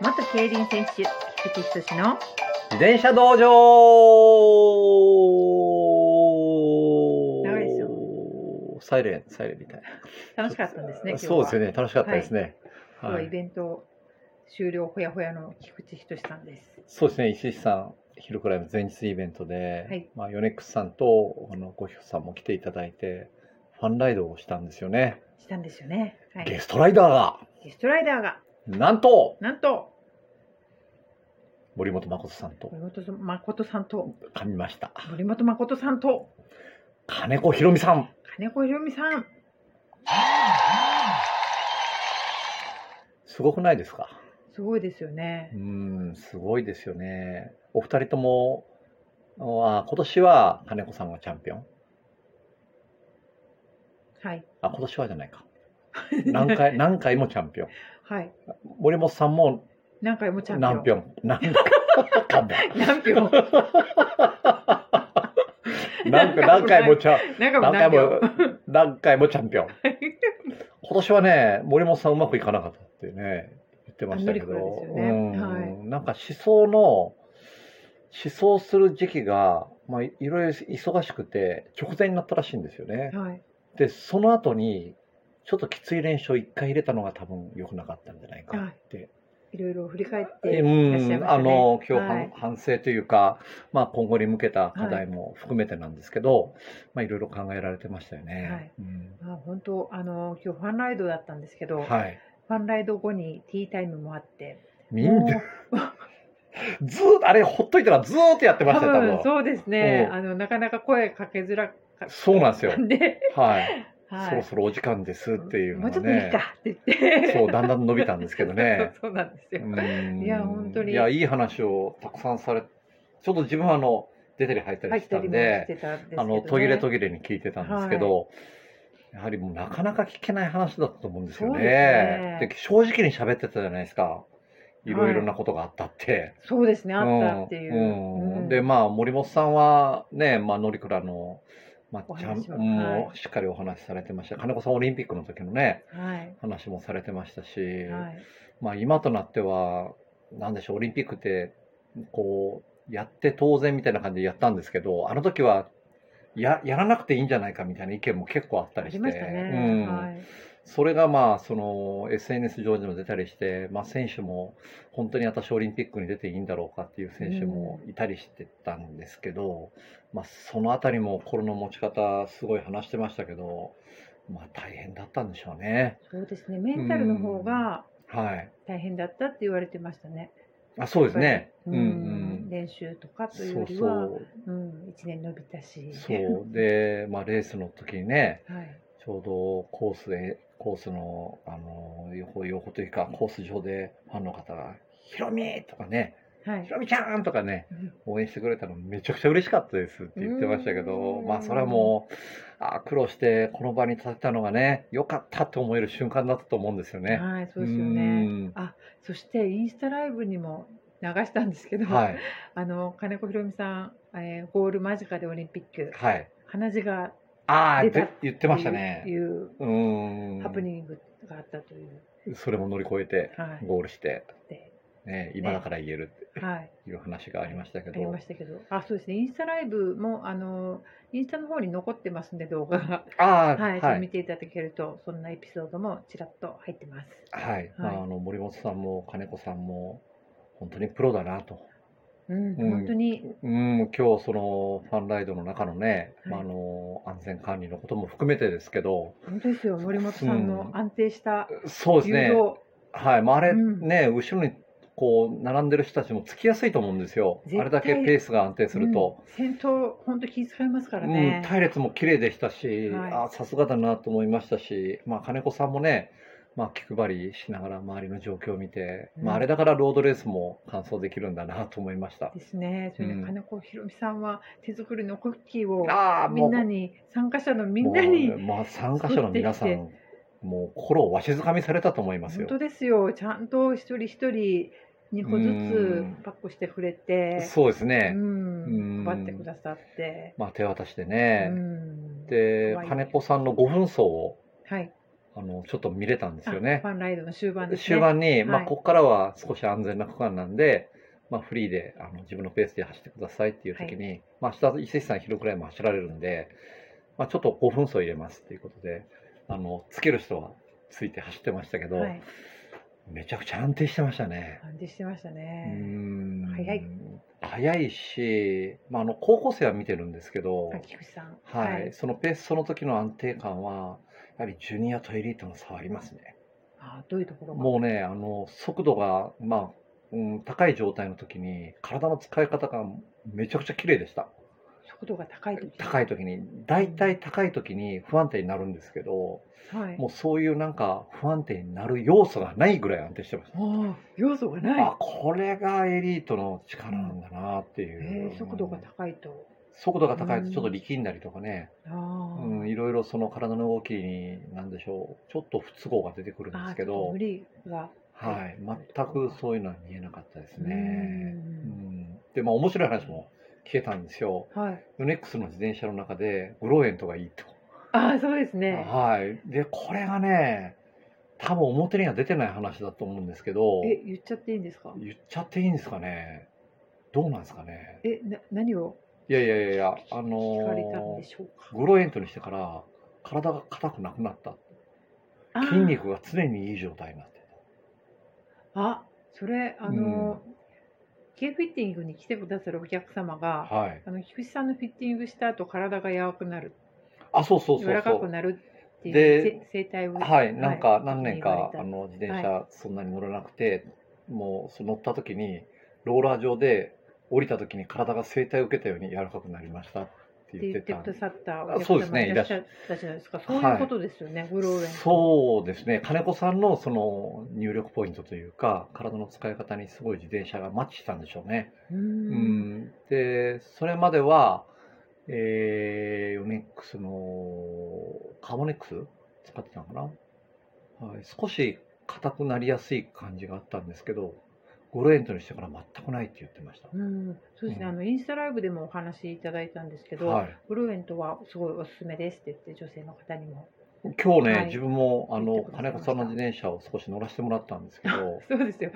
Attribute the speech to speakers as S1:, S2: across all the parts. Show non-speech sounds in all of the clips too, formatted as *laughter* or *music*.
S1: 元競輪選手、菊池仁の
S2: 自転車道場
S1: 長いですよ
S2: サイレン、サイレンみたい
S1: 楽しかったんですね、今
S2: な。
S1: 日は。
S2: そうですよね。楽しかったですね。
S1: 今日
S2: は
S1: はいイベント終了ほやほやの菊池仁さんです。
S2: そうですね。石井さん、ヒルクライム前日イベントで、
S1: はい
S2: まあ、ヨネックスさんとあのゴヒョさんも来ていただいて、ファンライドをしたんですよね。
S1: したんですよね。はい、
S2: ゲ
S1: ゲ
S2: ストライダーが、
S1: ストライダーが、
S2: なんと、
S1: なんと、
S2: 森本誠さんと
S1: 森本誠さんと、
S2: 噛みました。
S1: 森本誠さんと、
S2: 金子ひろみさん。
S1: 金子ひろみさん。
S2: すごくないですか
S1: すごいですよ
S2: う
S1: ね。
S2: ん、すごいですよね。お二人とも、あ今年は金子さんがチャンピオン。
S1: はい。
S2: あ、今年はじ
S1: *laughs*
S2: ゃないか。何回、何回もチャンピオン。
S1: はい。
S2: 森本さんも
S1: 何回もチャンピオン。
S2: 何ピョン。何
S1: *laughs*
S2: 回かんだ。
S1: 何票
S2: *laughs* 何回何回もチャン、
S1: 何回も何 *laughs*
S2: 何回
S1: 票
S2: も、何回もチャンピオン。今年はね、森本さんうまくいかなかったってね、言ってましたけど、
S1: あ無理からですよね
S2: うん、なんか思想の、思想する時期が、まあ、いいろいろ忙しくて、直前になったらしいんですよね。
S1: はい。
S2: で、その後に、ちょっときつい練習を一回入れたのが多分良くなかったんじゃないかって。
S1: いろいろ振り返って
S2: う
S1: いらっしゃい
S2: ん、
S1: ましたね。
S2: あの今日、
S1: はい
S2: 反省というか、まあ、今後に向けた課題も含めてなんですけど、まあ、いろいろ考えられてましたよね。
S1: はい
S2: うん
S1: まあ、本当あの今日ファンライドだったんですけど、
S2: はい、
S1: ファンライド後にティータイムもあって
S2: みん
S1: も
S2: な
S1: う
S2: ずーっとあれほっといたらずーっとやってまし
S1: 多
S2: たよ多分
S1: 分そうですね
S2: うん
S1: あのなかなか声かけづらかった
S2: そうなん
S1: *laughs*
S2: ですよ、
S1: んで、
S2: はい
S1: は
S2: そろ
S1: い
S2: そろお時間ですっていうの
S1: もうちょ
S2: が
S1: っといい
S2: ね
S1: かって言って
S2: そうだんだん伸びたんですけどね
S1: *laughs* そうそうなんですよ、
S2: うん
S1: いや本当に
S2: いやいい話をたくさんされちょっと自分はあの出たり入った
S1: 入
S2: り
S1: っ
S2: してた
S1: り
S2: ん
S1: も
S2: で
S1: してたんですけど、ね、
S2: あの途切れ途切れに聞いてたんですけど、やはりもうなかなか聞けない話だったと思うんですよ
S1: そう
S2: ね。
S1: ですね
S2: で正直に喋ってたじゃないですか。いろいろなことがあったって。
S1: そうですねあったっていう、
S2: うんうん
S1: うん
S2: でまあ森本さんはね、まあ、乗倉の、ま
S1: お
S2: あ、ちゃん
S1: 話は
S2: うん
S1: は
S2: しっかりお話しされてました金子さんオリンピックの時のね
S1: はい
S2: 話もされてましたし、
S1: はい
S2: まあ、今となってはなんでしょうオリンピックってこうやって当然みたいな感じでやったんですけどあの時はややらなくていいんじゃないかみたいな意見も結構あった
S1: あ
S2: りして
S1: りましたね、
S2: うん
S1: はい
S2: それがまあその SNS 上にも出たりして、まあ、選手も本当に私オリンピックに出ていいんだろうかっていう選手もいたりしてたんですけど、まあ、そのあたりも心の持ち方すごい話してましたけど、まあ、大変だったんでしょうね。
S1: そうですねメンタルの方が
S2: はい、
S1: 大変だったって言われてましたね、
S2: あそうですね。
S1: う
S2: うんんうん
S1: 練習とかという
S2: そ
S1: よ
S2: う
S1: り
S2: そ
S1: は
S2: う
S1: うん、1年伸びたし。
S2: そうで、まあ、レースの時にね
S1: *laughs* はい。
S2: ちょうどコースでコースのあの横横というかコース上でファンの方が「ひろみ!」とかね
S1: は
S2: 「ひ
S1: い。
S2: ろみちゃん!」とかね
S1: うん
S2: 応援してくれたのめちゃくちゃ嬉しかったですって言ってましたけど
S1: うん
S2: まあそれはもうあー苦労してこの場に立てたのがね良かったって思える瞬間だったと思うんですよね。
S1: はい、そうですよ
S2: う
S1: ね。
S2: ん
S1: そしてインスタライブにも流したんですけど、
S2: はい
S1: あの金子ひろみさん、えーゴール間近でオリンピック、
S2: はい、
S1: 鼻血が
S2: ああ
S1: 出た
S2: 言ってましたね。
S1: っていう
S2: うん
S1: ハプニングがあったという。
S2: それも乗り越えて
S1: はい。
S2: ゴールして、
S1: で
S2: ね、今だから言える
S1: はい。
S2: いう話がありましたけ
S1: あり
S2: ど
S1: ま。したけど、あ、そうですね。インスタライブもあのインスタの方に残ってますんで動画が、は、
S2: ああ、はいい、
S1: そ
S2: は
S1: れ見
S2: い。
S1: ていただけるとそんなエピソードもちらっと入ってます。
S2: まあ、あの森本さんも金子さんも本当にプロだなと。
S1: うん、
S2: うん
S1: 本当に、
S2: うん、今日そのファンライドの中のね、
S1: はい
S2: まあ、あの安全管理のことも含めてですけど、
S1: 本当ですよ。森本さんの安定した
S2: そうです
S1: 誘
S2: ね。
S1: 導。
S2: はい、まあ、あれ
S1: うん
S2: ね、後ろにこう並んでる人たちもつきやすいと思うんですよ。
S1: 絶対
S2: あれだけペースが安定すると。
S1: うん、戦闘本当気遣いますから
S2: うん
S1: ね、
S2: 隊列も綺麗でしたし、
S1: はい
S2: あさすがだなと思いましたし、まあ、金子さんもね、まあ、気配りしながら周りの状況を見て、
S1: うん
S2: まあ、あれだからロードレースも完走できるんだなと思いました。
S1: ですねそれで
S2: うん
S1: 金子ひろみさんは手作りのクッキーを
S2: ああ
S1: み
S2: も
S1: ん
S2: う
S1: なに参加者のみんなに
S2: もうまあ、参加者の皆さんもう心をわしづかみされたと思います
S1: 本
S2: よ。
S1: 当ですよちゃんと一人一人2個
S2: う
S1: ず
S2: ん
S1: つパックしてくれて
S2: そうです
S1: う
S2: ね、
S1: ん
S2: うん
S1: 配ってくださって、
S2: まあ、手渡しで
S1: う
S2: ね、
S1: ん
S2: で
S1: 可愛い
S2: 金子さんの5分走を
S1: はい
S2: あのちょっと見れたんですよね
S1: あ。ファンライドの終盤ですね。
S2: 終盤に、まあ、
S1: はい
S2: ここからは少し安全な区間なんで、まあ、フリーであの自分のペースで走ってくださいっていう時に、まあ、明日伊勢さん昼くらいも走られるんで、まあ、ちょっと5分走入れますっていうことであのつける人はついて走ってましたけど、
S1: はい。
S2: めちゃくちゃ安定してましたね。
S1: 安定してました
S2: う
S1: ね。
S2: ん
S1: 早い
S2: 早いし、まあ、あの高校生は見てるんですけど、
S1: あ、菊池さん。
S2: はいそのペースその時の安定感はやはりジュニアとエリートの差はありますね。
S1: あ、どういうところが。
S2: もうね、あの速度が、まあうん、高い状態の時に、体の使い方がめちゃくちゃ綺麗でした。
S1: 速度が高い時。
S2: 高い時に、大体高い時に不安定になるんですけど、
S1: はい。
S2: もうそういうなんか不安定になる要素がないぐらい安定してました。
S1: ああ、要素がない
S2: あ。これがエリートの力なんだなっていう、
S1: えー、速度が高いと。
S2: 速度が高いとちょっと力んだりとかね、
S1: ああ。
S2: うんいろいろその体の動きになんでしょうちょっと不都合が出てくるん
S1: あ
S2: で
S1: あ
S2: すけど
S1: 無理が。
S2: はい、全くそういうのは見えなかったですね。
S1: うん
S2: うんで、まあ面白い話も聞けたんですよ。
S1: はい。
S2: ヨネックスの自転車の中でグローエントがいいと。
S1: ああ、そうですね。
S2: はい。で、これがね、多分表には出てない話だと思うんですけど、
S1: え、言っちゃっていいんですか。
S2: 言っちゃっていいんですかね。どうなんですかね。
S1: え、な、何を
S2: いやいやいやいや、あ
S1: 聞かれたん
S2: の
S1: でしょうか。
S2: グローエントにしてから体が硬くなくなった。
S1: あー
S2: 筋。肉が常にいい状態になって
S1: あ、それ、あの。ケーフィッティングに来てくださるお客様
S2: た。
S1: が。
S2: はい。
S1: あの菊池さんのフィッティングした後体が柔らかくなる
S2: あ、そうそうそうそう。
S1: 柔らかくなるっていう
S2: で
S1: せ生態を
S2: はい、なんか何年
S1: 言われ、
S2: か
S1: た
S2: あの自転車そんなに乗らなくて、もうその乗った時にローラー上で降りた時に体が整体を受けたように柔らかくなりましたっ
S1: って
S2: て言っ
S1: 言
S2: て
S1: ってく
S2: た
S1: ださった
S2: あそうですね
S1: いらっしゃったじゃないですか。そういうことですよね、グローレン。
S2: そうですね金子さんのその入力ポイントというか体の使い方にすごい自転車がマッチしたんでしょうね。
S1: うー。
S2: うんん、でそれまでは、えー、ヨネックスのカモネックス使ってたのかな、はい、少し硬くなりやすい感じがあったんですけどゴロエントにしてから全くないって言ってました、
S1: うん、そうですね、
S2: うん
S1: あのインスタライブでもお話しいただいたんですけど、
S2: はい、
S1: グローレントはすごいおすすめですって言って女性の方にも
S2: 今日ね、
S1: はい
S2: 自分もあ
S1: 言
S2: の
S1: ってくださ
S2: 金
S1: いま
S2: 子
S1: した
S2: さんの自転車を少し乗らせてもらったんです
S1: *laughs*
S2: けど
S1: そうですよ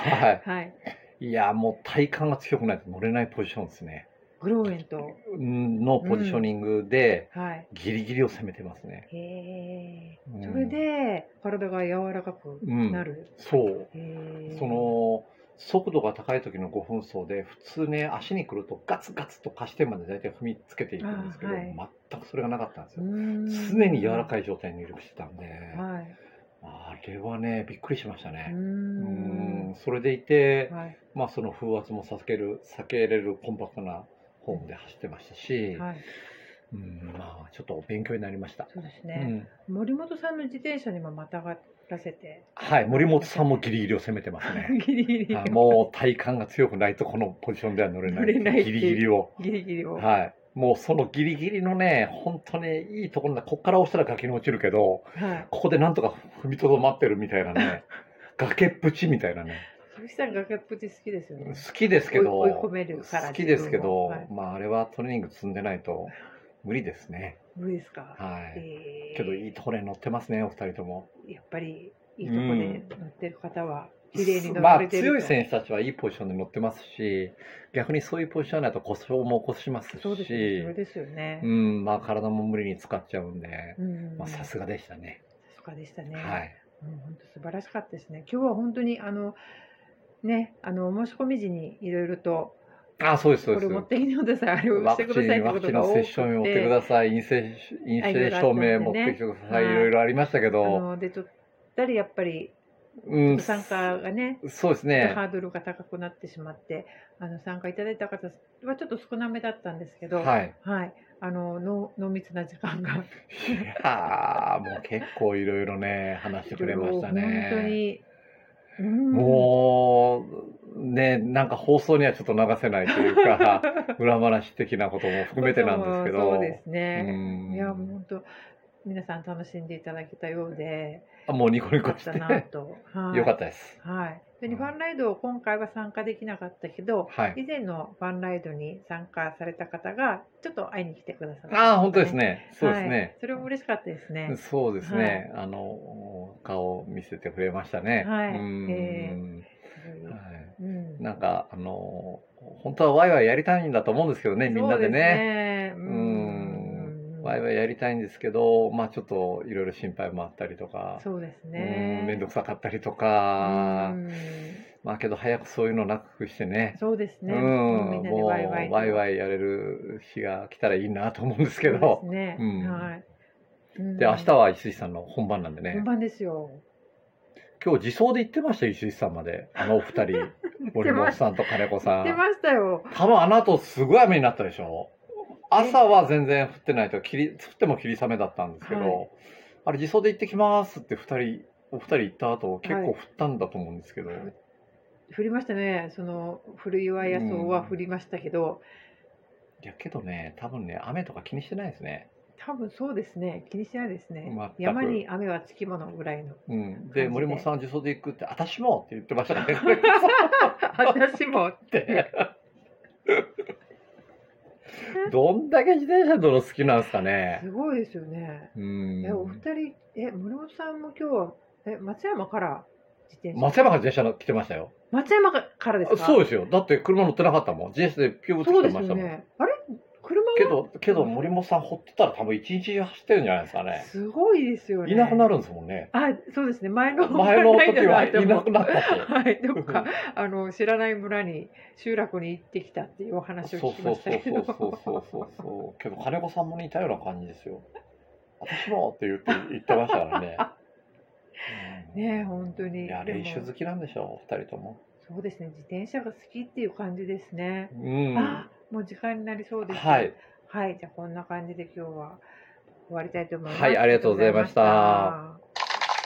S2: は
S1: はい
S2: いいやもう体幹が強くないと乗れないポジションですね
S1: グローレント
S2: うんのポジショニングで
S1: はい
S2: ギリギリを攻めてますね、
S1: へえ
S2: うん
S1: それで体が柔らかく
S2: うん
S1: なる、
S2: そう
S1: へえ
S2: その速度が高い時の5分走で普通ね足に来るとガツガツと貸してまで大体踏みつけていくんですけど、
S1: あー
S2: 全くそれがなかったんです
S1: う
S2: よ、
S1: ーん
S2: 常に柔らかい状態に入力してたんで、
S1: はい
S2: あれはねびっくりしました
S1: うー
S2: ね、うんんそれでいて、
S1: はい
S2: まあ、その風圧も避ける避けれるコンパクトなフォームで走ってましたし、
S1: はい
S2: うんまあ、ちょっと勉強になりました、
S1: そうです
S2: う
S1: ね、
S2: ん、
S1: 森本さんの自転車にもまたがらせて
S2: はい森本さんもギリギリを攻めてま
S1: *laughs*
S2: すね
S1: ギリギリ
S2: あもう体幹が強くないとこのポジションでは乗れない
S1: 乗れないって
S2: ギ
S1: いう
S2: リギリを
S1: ギリギリを、
S2: はい。もうそのギリギリのね、本当にいいところだ。こっから押したら崖に落ちるけど、
S1: はい
S2: ここでなんとか踏みとどまってるみたいな
S1: *laughs*
S2: ね、崖っぷちみたいなね。
S1: 鈴木さん崖っぷち好きですよね。
S2: 好きですけど、
S1: 追い込めるから
S2: 好きですけ
S1: 自分
S2: ど、
S1: をはい
S2: まああれはトレーニング積んでないと無理ですね。
S1: 無理ですか。
S2: はい。
S1: えー
S2: けどいいところに乗ってますね、お二人とも。
S1: やっぱりいいとこで乗ってる方は綺麗に乗
S2: ま
S1: ら
S2: あ
S1: れてると。
S2: 強い選手たちはいいポジションで乗ってますし、逆にそういうポジションだと故障も起こしますし、
S1: そうですね。それですよね
S2: う。ん、まあ体も無理に使っちゃうんで、
S1: うん
S2: まあさ
S1: さす
S2: すがでしたね。
S1: がでしたね。
S2: はい。
S1: もう本当素晴らしかったですね。今日は本当にあのねあの申し込み時にいろいろと
S2: あ、そうです、そ
S1: こ
S2: うです。
S1: れ持ってきてくださいあれを
S2: ワ
S1: して
S2: ク
S1: く
S2: チ
S1: ださい
S2: ン、
S1: って
S2: ワ
S1: こ
S2: クチ
S1: と
S2: ン
S1: が
S2: の
S1: 多
S2: 接
S1: く
S2: 種を持ってく
S1: て、
S2: ださい、陰性陰性証明持ってきてください、
S1: はい
S2: いろいろありましたけ
S1: あ
S2: ど、
S1: のでちょっとやっぱり
S2: うん、
S1: 参加がね
S2: そうですね、
S1: ハードルが高くなってしまってあの参加いただいた方はちょっと少なめだったんですけど、
S2: はい。 *laughs*
S1: はい、あの濃濃密な時間が
S2: いやーもう結構いろいろね、話してくれましたね。
S1: 本当に、うん
S2: もう、ね、なんか放送にはちょっと流せないとい
S1: *laughs*
S2: うか、裏話的なことも含めてなんですけど、
S1: そうですね、
S2: うん
S1: いやもう本当皆さん楽しんでいただけたようで
S2: あもうニコニ
S1: よか
S2: コ
S1: っ
S2: したて、
S1: なと、はい、
S2: *laughs* よかったです。
S1: はい、それにファンライドを今回は参加できなかったけど、
S2: は
S1: 以
S2: い。
S1: 前のファンライドに参加された方がちょっと会いに来てくださった、
S2: ああ、本当です。ね。そうです
S1: はい
S2: ね。
S1: それも嬉しかったですね。
S2: そうですね。あの、顔を見せてくれましたね。
S1: はい
S2: うん。
S1: うん
S2: はい
S1: うん
S2: なんか、あの、本当はワイワイやりたいんだと思うんですけどね、みんなで
S1: ね。
S2: ね。
S1: う
S2: うん
S1: ん。
S2: ワイワイやりたいんですけど、まあちょっといろいろ心配もあったりとか、
S1: そうです
S2: う
S1: ね。
S2: んめんど
S1: く
S2: くさかったりとか、まあけど早くそういうのなくしてね、
S1: そうですね。
S2: うん、
S1: みんなで
S2: もう
S1: ワイワイ。
S2: ワイワイやれる日が来たらいいなと思うんですけ
S1: そうで
S2: ど
S1: す、ね。
S2: うん
S1: はい。うん
S2: で、明日は石井さんの本番なんでね
S1: 本、番ですよ。
S2: 今日自走で行ってましたよ、石井さんまで、あのお
S1: *laughs*
S2: 二人、森本さんと金子さ
S1: 出
S2: ん。
S1: ましたよ。
S2: 多分あの後すごい雨になったでしょ朝は全然降ってないと霧、降っても霧雨だったんですけど、
S1: はい
S2: あれ、自走で行ってきますって二人、お二人行った後、結構降ったんだと思うんですけど、
S1: 降りましたね。その古い岩屋草は降りましたけど、
S2: いやけどね、多分ね、雨とか気にしてないですね。
S1: 多分そうですね。気にしないですね
S2: 全。く
S1: 山に雨はつきものぐらいの。 *laughs*
S2: うん、
S1: 感じ
S2: で、
S1: で
S2: 森本さんは自走で行くって、私もって言ってましたね、 *laughs* これっ
S1: 私も。
S2: て。どんだけ自転車泥好きなんですかね。
S1: すごいですよね。
S2: うん
S1: え、お二人、え、森本さんも今日は、え、松山から自転車。
S2: 松山から自転車来てましたよ。
S1: 松山からですか
S2: そうですよ。だって車乗ってなかったもん。自転車でピューッと
S1: そう
S2: 来
S1: です
S2: てま
S1: よ
S2: したもん。
S1: ね。あれ車
S2: け
S1: は
S2: ど、けど森本さんほってたら多分一日中走ってるんじゃないですかね。
S1: すごいですよね。
S2: いなくな
S1: る。
S2: るんですもんね。
S1: あ、そうですね。前の
S2: 前の時はい
S1: でも
S2: なくなったと。
S1: はい、どっか、あの、知らない村に、集落に行ってきたっていうお話を
S2: そう
S1: 聞き
S2: そ
S1: ま
S2: う
S1: し
S2: そ
S1: た
S2: う
S1: け
S2: そう
S1: ど。
S2: そうそうそうそう。けど金子さんも似たような感じですよ。私もって言って言ってましたからね。うん
S1: *laughs* ねえ本当に
S2: いや
S1: でも
S2: 練習好きなんでしょう、お二人とも。
S1: そうですね。自転車が好きっていう感じですね。
S2: うん。
S1: あ、もう時間になりそうです。
S2: はい。
S1: はい、じゃあこんな感じで今日は終わりたいと思います。
S2: はいありがとうございました
S1: ありがとうございました